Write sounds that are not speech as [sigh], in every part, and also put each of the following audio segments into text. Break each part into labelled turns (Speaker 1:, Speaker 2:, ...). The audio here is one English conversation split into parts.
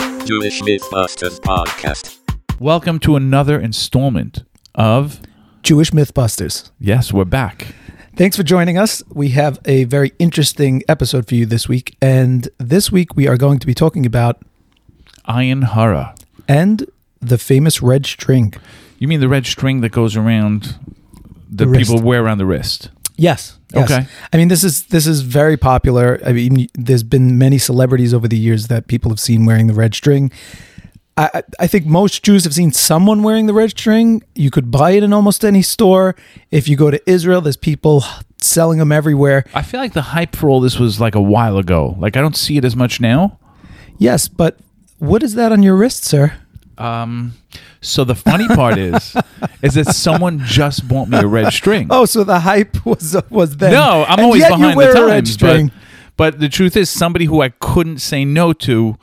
Speaker 1: English Mythbusters podcast.
Speaker 2: Welcome to another installment of
Speaker 3: Jewish Mythbusters.
Speaker 2: Yes, we're back.
Speaker 3: Thanks for joining us. We have a very interesting episode for you this week. And this week we are going to be talking about
Speaker 2: Iron Hara.
Speaker 3: and the famous red string.
Speaker 2: You mean the red string that goes around that
Speaker 3: The wrist.
Speaker 2: people wear around the wrist?
Speaker 3: Yes. yes.
Speaker 2: Okay.
Speaker 3: I mean this is this is very popular. I mean there's been many celebrities over the years that people have seen wearing the red string. I, I- I think most Jews have seen someone wearing the red string. You could buy it in almost any store. If you go to Israel, there's people selling them everywhere.
Speaker 2: I feel like the hype for all this was like a while ago. Like I don't see it as much now.
Speaker 3: Yes, but what is that on your wrist, sir?
Speaker 2: Um, so the funny
Speaker 3: [laughs]
Speaker 2: part is, is that someone just bought me a red string.
Speaker 3: Oh, so the hype [laughs] was was then.
Speaker 2: no, I'm
Speaker 3: And
Speaker 2: always
Speaker 3: yet you
Speaker 2: behind
Speaker 3: wear
Speaker 2: the
Speaker 3: a red
Speaker 2: times. But,
Speaker 3: string.
Speaker 2: but the truth is, somebody who I couldn't say no to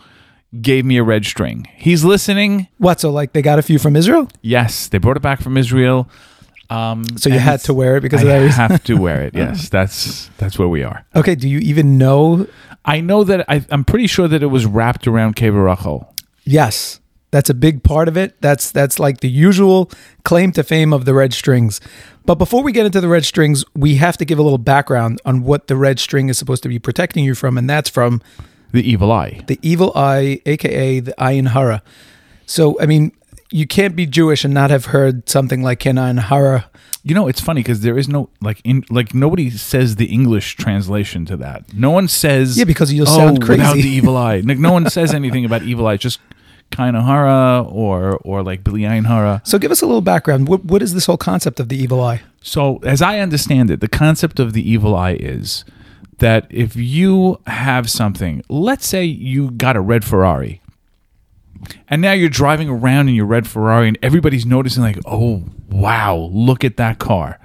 Speaker 2: gave me a red string. He's listening.
Speaker 3: What? So like they got a few from Israel,
Speaker 2: Yes, they brought it back from Israel. Um,
Speaker 3: so you
Speaker 2: and
Speaker 3: had to wear it because
Speaker 2: I
Speaker 3: of that reason.
Speaker 2: have to wear [laughs] it. Yes, that's that's where we are.
Speaker 3: Okay. Do you even know?
Speaker 2: I know that I, I'm pretty sure that it was wrapped around Kevarachol.
Speaker 3: Yes, that's a big part of it. That's that's like the usual claim to fame of the red strings. But before we get into the red strings, we have to give a little background on what the red string is supposed to be protecting you from, and that's from
Speaker 2: The evil eye.
Speaker 3: the evil eye, aka the Ayin Hara. So I mean, you can't be Jewish and not have heard something like Kenan Hara.
Speaker 2: You know, it's funny because there is no like in like nobody says the English translation to that. No one says
Speaker 3: Yeah, because you'll
Speaker 2: oh,
Speaker 3: sound crazy.
Speaker 2: without the [laughs] evil eye. Like no one says anything about evil eye. It's Just Kainahara or or like Billy Einhara.
Speaker 3: So give us a little background. What, what is this whole concept of the evil eye?
Speaker 2: So, as I understand it, the concept of the evil eye is that if you have something, let's say you got a red Ferrari, and now you're driving around in your red Ferrari, and everybody's noticing, like, oh, wow, look at that car.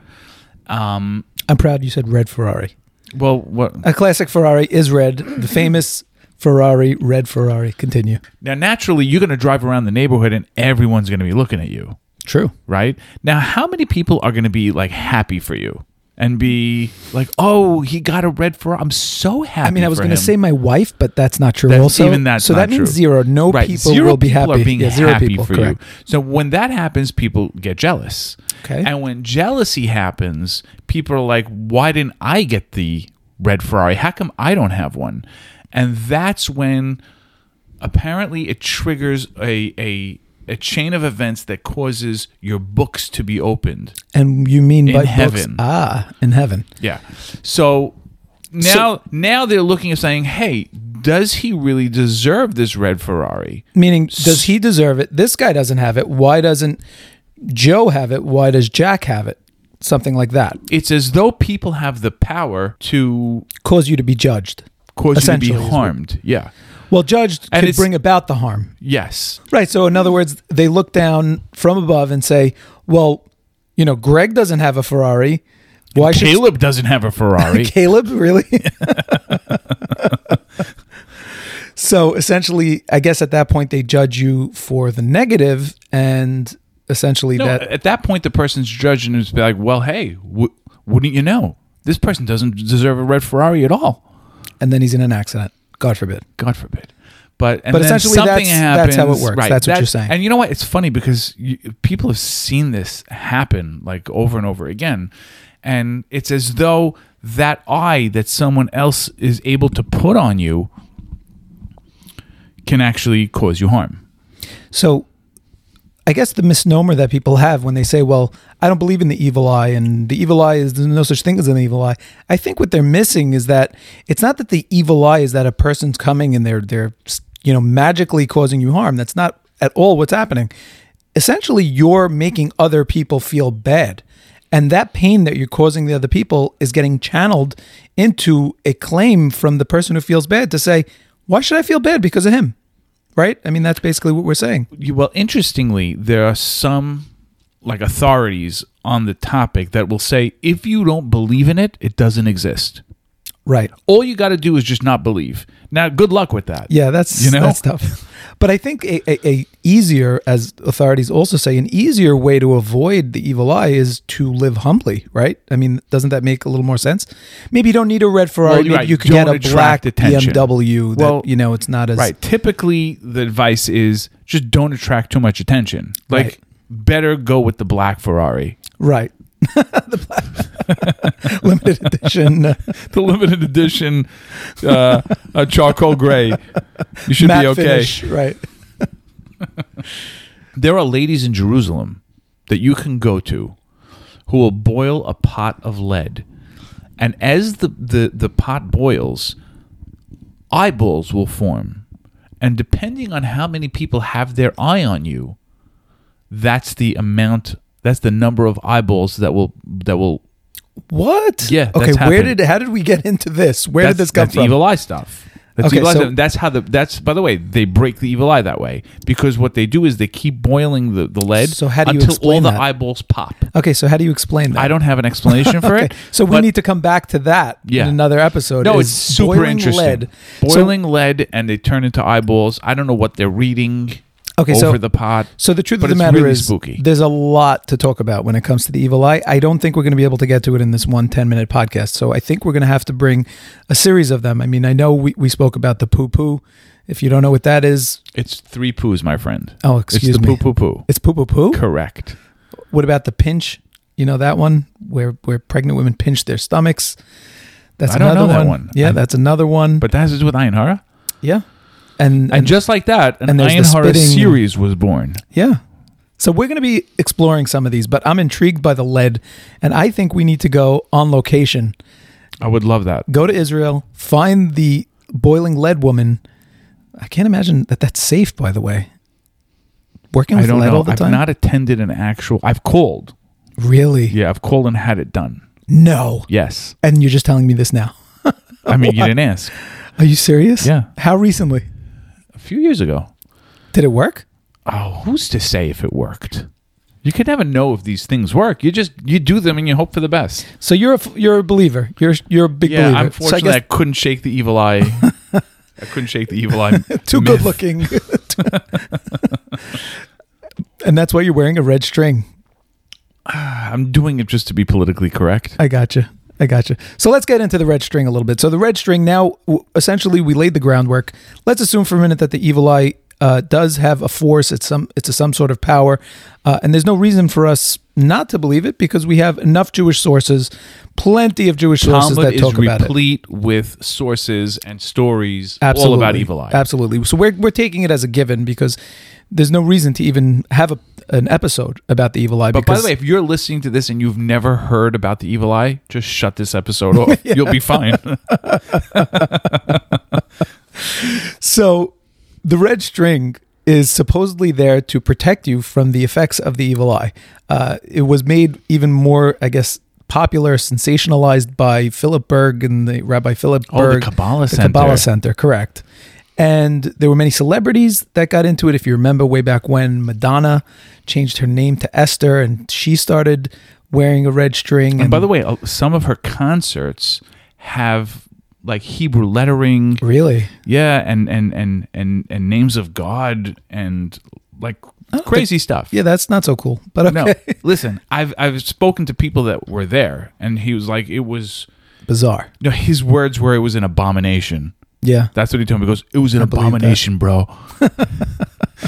Speaker 2: Um,
Speaker 3: I'm proud you said red Ferrari.
Speaker 2: well, what
Speaker 3: A classic Ferrari
Speaker 2: [clears throat]
Speaker 3: is red. The famous Ferrari, red Ferrari. Continue.
Speaker 2: now naturally, you're going to drive around the neighborhood, and everyone's going to be looking at you,
Speaker 3: True.
Speaker 2: right? Now, how many people are going to be like happy for you? And be like, oh, he got a red Ferrari. I'm so happy.
Speaker 3: I mean, I was
Speaker 2: for
Speaker 3: going to
Speaker 2: him."
Speaker 3: say my wife, but that's not true.
Speaker 2: That's-
Speaker 3: also,
Speaker 2: even that's
Speaker 3: so
Speaker 2: not
Speaker 3: that means
Speaker 2: true.
Speaker 3: zero. No
Speaker 2: Right.
Speaker 3: people
Speaker 2: zero
Speaker 3: will be
Speaker 2: people
Speaker 3: happy.
Speaker 2: Are being
Speaker 3: yeah, zero
Speaker 2: happy
Speaker 3: people.
Speaker 2: for
Speaker 3: correct.
Speaker 2: you. So when that happens, people get jealous.
Speaker 3: Okay.
Speaker 2: And when jealousy happens, people are like, "Why didn't I get the red Ferrari? How come I don't have one?" And that's when apparently it triggers a a a chain of events that causes your books to be opened.
Speaker 3: And you mean
Speaker 2: In
Speaker 3: by
Speaker 2: heaven.
Speaker 3: Books? Ah, in heaven.
Speaker 2: Yeah. So now now they're looking at saying, "Hey, does he really deserve this red Ferrari?"
Speaker 3: Meaning, does he deserve it? This guy doesn't have it. Why doesn't Joe have it? Why does Jack have it? Something like that.
Speaker 2: it's as though people have the power to
Speaker 3: Cause you to be judged.
Speaker 2: cause you to be
Speaker 3: Essentially, is what-
Speaker 2: harmed. Yeah.
Speaker 3: Well, judged
Speaker 2: And
Speaker 3: can
Speaker 2: it's-
Speaker 3: bring about the harm.
Speaker 2: Yes.
Speaker 3: Right. So, in other words, they look down from above and say, well, you know, Greg doesn't have a Ferrari. Why should
Speaker 2: Caleb doesn't have a
Speaker 3: [laughs]
Speaker 2: Ferrari.
Speaker 3: Caleb
Speaker 2: [laughs]
Speaker 3: really? so, essentially, I guess at that point, they judge you for the negative and essentially
Speaker 2: no,
Speaker 3: that.
Speaker 2: at that point, the person's judging is like, well, hey, w- wouldn't you know? This person doesn't deserve a red Ferrari at all.
Speaker 3: And then he's in an accident. God forbid.
Speaker 2: God forbid. But, and
Speaker 3: But
Speaker 2: then
Speaker 3: essentially
Speaker 2: something happens.
Speaker 3: that's- that's how it works. That's what you're saying.
Speaker 2: And you know what? It's funny because you, people have seen this happen like over and over again. And it's as though that eye that someone else is able to put on you can actually cause you harm.
Speaker 3: So, I guess the misnomer that people have when they say, well, I don't believe in the evil eye and the evil eye is there's no such thing as an evil eye. I think what they're missing is that it's not that the evil eye is that a person's coming and they're they're you know magically causing you harm. That's not at all what's happening. Essentially, you're making other people feel bad. And that pain that you're causing the other people is getting channeled into a claim from the person who feels bad to say, why should I feel bad because of him? Right? I mean, that's basically what we're saying.
Speaker 2: You- Well, interestingly, there are some like authorities on the topic that will say if you don't believe in it, it doesn't exist.
Speaker 3: Right.
Speaker 2: All you got to do is just not believe. Now, good luck with that.
Speaker 3: Yeah, that's
Speaker 2: You know?
Speaker 3: that's tough. [laughs] But I think a, a, a easier, as authorities also say, an easier way to avoid the evil eye is to live humbly, right? I mean, doesn't that make a little more sense? Maybe you don't need a red Ferrari.
Speaker 2: Well,
Speaker 3: maybe
Speaker 2: right,
Speaker 3: you could
Speaker 2: don't
Speaker 3: get a
Speaker 2: attract
Speaker 3: black
Speaker 2: attention.
Speaker 3: BMW. That,
Speaker 2: Well,
Speaker 3: you know, it's not as
Speaker 2: Right. Typically, the advice is just don't attract too much attention. Like,
Speaker 3: Right.
Speaker 2: better go with the black Ferrari,
Speaker 3: right. [laughs] the black [laughs] limited edition uh,
Speaker 2: the limited edition uh, uh, charcoal gray. You should
Speaker 3: matte
Speaker 2: be okay.
Speaker 3: finish, right?
Speaker 2: There are ladies in Jerusalem that you can go to who will boil a pot of lead. And as the, the, the pot boils, eyeballs will form. And depending on how many people have their eye on you, that's the amount that's the number of eyeballs that will that will
Speaker 3: What?
Speaker 2: Yeah,
Speaker 3: Okay.
Speaker 2: that's
Speaker 3: Where
Speaker 2: happened.
Speaker 3: did how did we get into this? Where did
Speaker 2: that's-
Speaker 3: this come
Speaker 2: that's
Speaker 3: from?
Speaker 2: evil eye stuff. That's
Speaker 3: Okay,
Speaker 2: evil eye
Speaker 3: so-
Speaker 2: stuff. That's how the that's by the way, they break the evil eye that way. Because what they do is they keep boiling the, the lead
Speaker 3: So how do you
Speaker 2: until all
Speaker 3: explain
Speaker 2: the
Speaker 3: that?
Speaker 2: eyeballs pop.
Speaker 3: Okay, so how do you explain that?
Speaker 2: I don't have an explanation for
Speaker 3: [laughs] Okay,
Speaker 2: it.
Speaker 3: so we
Speaker 2: but-
Speaker 3: need to come back to that
Speaker 2: Yeah.
Speaker 3: in another episode.
Speaker 2: No,
Speaker 3: is
Speaker 2: it's super
Speaker 3: boiling
Speaker 2: interesting.
Speaker 3: lead. So-
Speaker 2: Boiling lead, and they turn into eyeballs. I don't know what they're reading.
Speaker 3: Okay,
Speaker 2: over
Speaker 3: so-
Speaker 2: the pot.
Speaker 3: So the truth
Speaker 2: but
Speaker 3: of the
Speaker 2: it's
Speaker 3: matter
Speaker 2: really
Speaker 3: is,
Speaker 2: spooky.
Speaker 3: there's a lot to talk about when it comes to the evil eye. I don't think we're going to be able to get to it in this one 10 minute podcast. So I think we're going to have to bring a series of them. I mean, I know we, we spoke about the poo poo. If you don't know what that is,
Speaker 2: It's three poos, my friend.
Speaker 3: Oh, excuse
Speaker 2: it's the
Speaker 3: me.
Speaker 2: Poo poo poo.
Speaker 3: it's poo poo poo.
Speaker 2: Correct.
Speaker 3: What about the pinch? You know that one where where pregnant women pinch their stomachs. That's
Speaker 2: I don't
Speaker 3: another
Speaker 2: know that
Speaker 3: one.
Speaker 2: one.
Speaker 3: Yeah,
Speaker 2: I-
Speaker 3: that's another one.
Speaker 2: But that has to do with Iron Horror.
Speaker 3: yeah, and,
Speaker 2: And just like that, an
Speaker 3: and there's the
Speaker 2: Iron Horror
Speaker 3: spitting-
Speaker 2: series was born.
Speaker 3: Yeah. So we're going to be exploring some of these, but I'm intrigued by the lead, and I think we need to go on location,
Speaker 2: I would love that.
Speaker 3: go to Israel, find the boiling lead woman. I can't imagine that that's safe, by the way. Working
Speaker 2: I
Speaker 3: with
Speaker 2: don't
Speaker 3: lead
Speaker 2: know.
Speaker 3: all the
Speaker 2: I've
Speaker 3: time.
Speaker 2: not attended an actual. I've called.
Speaker 3: really?
Speaker 2: Yeah, I've called and had it done.
Speaker 3: No.
Speaker 2: Yes.
Speaker 3: And you're just telling me this now.
Speaker 2: I mean, you didn't ask.
Speaker 3: Are you serious?
Speaker 2: Yeah.
Speaker 3: How recently
Speaker 2: A few years ago.
Speaker 3: did it work?
Speaker 2: oh, who's to say if it worked? You could never know if these things work. You just you do them and you hope for the best.
Speaker 3: So you're a f- you're a believer. You're you're a big
Speaker 2: Yeah,
Speaker 3: believer.
Speaker 2: I'm
Speaker 3: so I
Speaker 2: fortunate I,
Speaker 3: guess
Speaker 2: couldn't shake the evil eye.
Speaker 3: [laughs]
Speaker 2: I couldn't shake the evil eye.
Speaker 3: too
Speaker 2: myth.
Speaker 3: good looking. [laughs] and that's why you're wearing a red string.
Speaker 2: I'm doing it just to be politically correct.
Speaker 3: I gotcha. I gotcha. So let's get into the red string a little bit. So the red string now, w- essentially, we laid the groundwork. Let's assume for a minute that the evil eye uh, does have a force. It's some. It's a, some sort of power, uh, and there's no reason for us not to believe it because we have enough Jewish sources, plenty of Jewish sources
Speaker 2: Talmud
Speaker 3: that
Speaker 2: is
Speaker 3: talk about it.
Speaker 2: replete with sources and stories all about evil eye.
Speaker 3: Absolutely. So we're we're taking it as a given because there's no reason to even have a, an episode about the evil eye.
Speaker 2: But by
Speaker 3: because
Speaker 2: the way, if you're listening to this and you've never heard about the evil eye, just shut this
Speaker 3: [laughs]
Speaker 2: episode off. You'll be fine.
Speaker 3: So the red string is supposedly there to protect you from the effects of the evil eye. Uh, it was made even more, I guess, popular, sensationalized by Philip Berg and the Rabbi Philip
Speaker 2: Oh, the
Speaker 3: Berg.
Speaker 2: Kabbalah
Speaker 3: the
Speaker 2: Center.
Speaker 3: Kabbalah Center, correct. And there were many celebrities that got into it. If you remember way back when, Madonna changed her name to Esther and she started wearing a red string.
Speaker 2: And by the way, uh, some of her concerts have like Hebrew lettering,
Speaker 3: really?
Speaker 2: yeah, and and and and and names of God and like crazy stuff.
Speaker 3: Yeah, that's not so cool. But okay. [laughs]
Speaker 2: No, [laughs] listen, I've I've spoken to people that were there, and he was like, it was
Speaker 3: Bizarre.
Speaker 2: no, his words were it was an abomination.
Speaker 3: Yeah.
Speaker 2: That's what he told me. He goes, it was an
Speaker 3: believe that.
Speaker 2: abomination, [laughs] bro.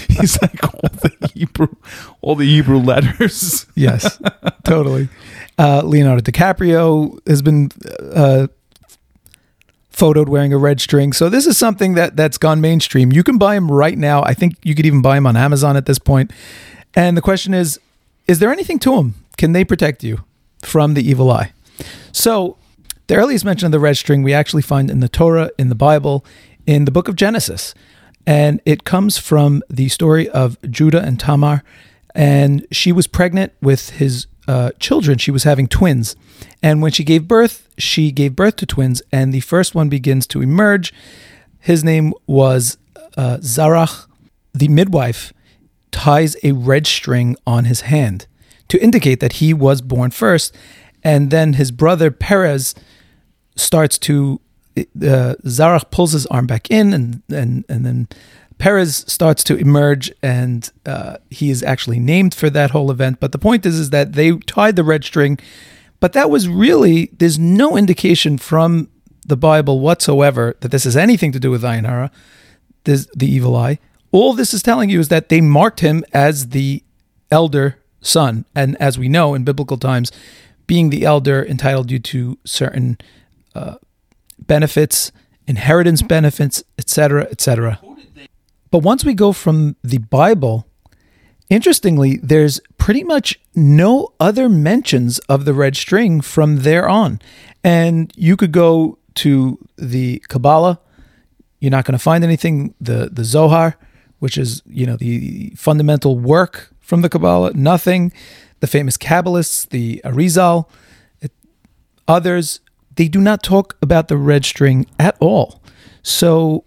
Speaker 2: He's like all the Hebrew, all the Hebrew letters.
Speaker 3: yes, [laughs] totally. Uh, Leonardo DiCaprio has been uh, photoed wearing a red string. So this is something that that's gone mainstream. You can buy them right now. I think you could even buy them on Amazon at this point. And the question is, is there anything to them? Can they protect you from the evil eye? So the earliest mention of the red string we actually find in the Torah, in the Bible, in the book of Genesis. And it comes from the story of Judah and Tamar. And she was pregnant with his uh, children. She was having twins. And when she gave birth, she gave birth to twins. And the first one begins to emerge. His name was uh, Zarach. The midwife ties a red string on his hand to indicate that he was born first. And then his brother Perez starts to it- uh, Zarach pulls his arm back in, and and and then Perez starts to emerge, and uh, he is actually named for that whole event. But the point is, is that they tied the red string, but that was really there's no indication from the Bible whatsoever that this has anything to do with Ayin Hara, this, the evil eye. All this is telling you is that they marked him as the elder son, and as we know in biblical times, being the elder entitled you to certain uh, benefits, inheritance benefits, etc., etc. But once we go from the Bible, interestingly, there's pretty much no other mentions of the red string from there on. And you could go to the Kabbalah, you're not going to find anything. The the Zohar, which is you know the fundamental work from the Kabbalah, nothing. The famous Kabbalists, the Arizal, others they do not talk about the red string at all so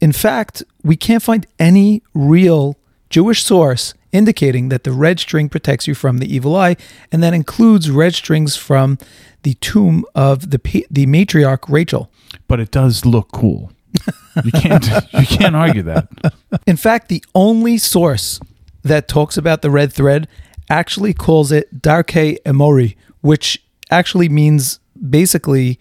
Speaker 3: in fact we can't find any real jewish source indicating that the red string protects you from the evil eye and that includes red strings from the tomb of the pa- the matriarch rachel
Speaker 2: but it does look cool. You can't you can't argue that.
Speaker 3: in fact the only source that talks about the red thread actually calls it darke emori which actually means basically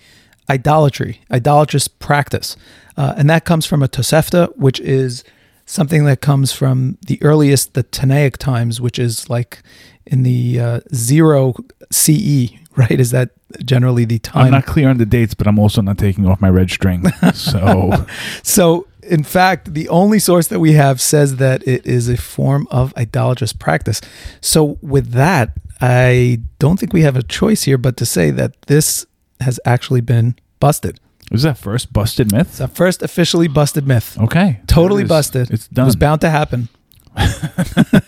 Speaker 3: idolatry idolatrous practice Uh, and that comes from a tosefta which is something that comes from the earliest the tanaic times which is like in the uh, zero ce [laughs] right is that generally the time
Speaker 2: I'm not clear on the dates, but I'm also not taking off my red
Speaker 3: [laughs]
Speaker 2: string. So
Speaker 3: So, in fact, the only source that we have says that it is a form of idolatrous practice. So, with that, I don't think we have a choice here but to say that this has actually been busted.
Speaker 2: was that first busted myth?
Speaker 3: It's our first officially busted myth.
Speaker 2: Okay,
Speaker 3: Totally
Speaker 2: There it is.
Speaker 3: busted.
Speaker 2: It's
Speaker 3: It
Speaker 2: done.
Speaker 3: was bound to
Speaker 4: [laughs]
Speaker 3: happen.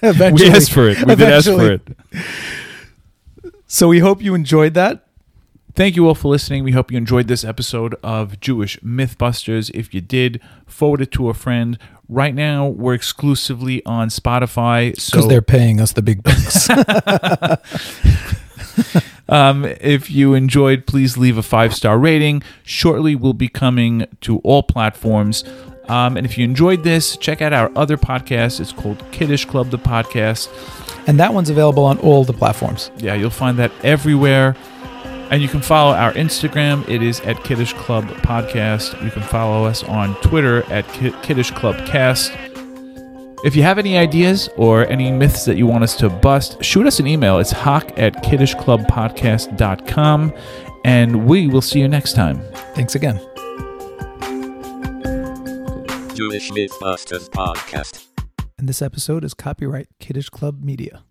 Speaker 3: Eventually.
Speaker 4: We asked for it. We did ask for
Speaker 3: Eventually.
Speaker 4: it.
Speaker 3: So, we hope you enjoyed that.
Speaker 2: Thank you all for listening. We hope you enjoyed this episode of Jewish Mythbusters. If you did, forward it to a friend. Right now, we're exclusively on Spotify. So
Speaker 3: Because they're paying us the big [laughs] bucks.
Speaker 2: Um, if you enjoyed, please leave a five star rating. Shortly, we'll be coming to all platforms. Um, and if you enjoyed this, check out our other podcast. It's called Kiddish Club, the podcast.
Speaker 3: and that one's available on all the platforms.
Speaker 2: Yeah, you'll find that everywhere. And you can follow our Instagram. It is at Kiddish Club Podcast. You can follow us on Twitter at Ki- Kiddish Club Cast. If you have any ideas or any myths that you want us to bust, shoot us an email. It's hock at kiddishclubpodcast.com. And we will see you next time.
Speaker 3: Thanks again.
Speaker 1: Jewish Mythbusters Podcast.
Speaker 3: And this episode is copyright Kiddish Club Media.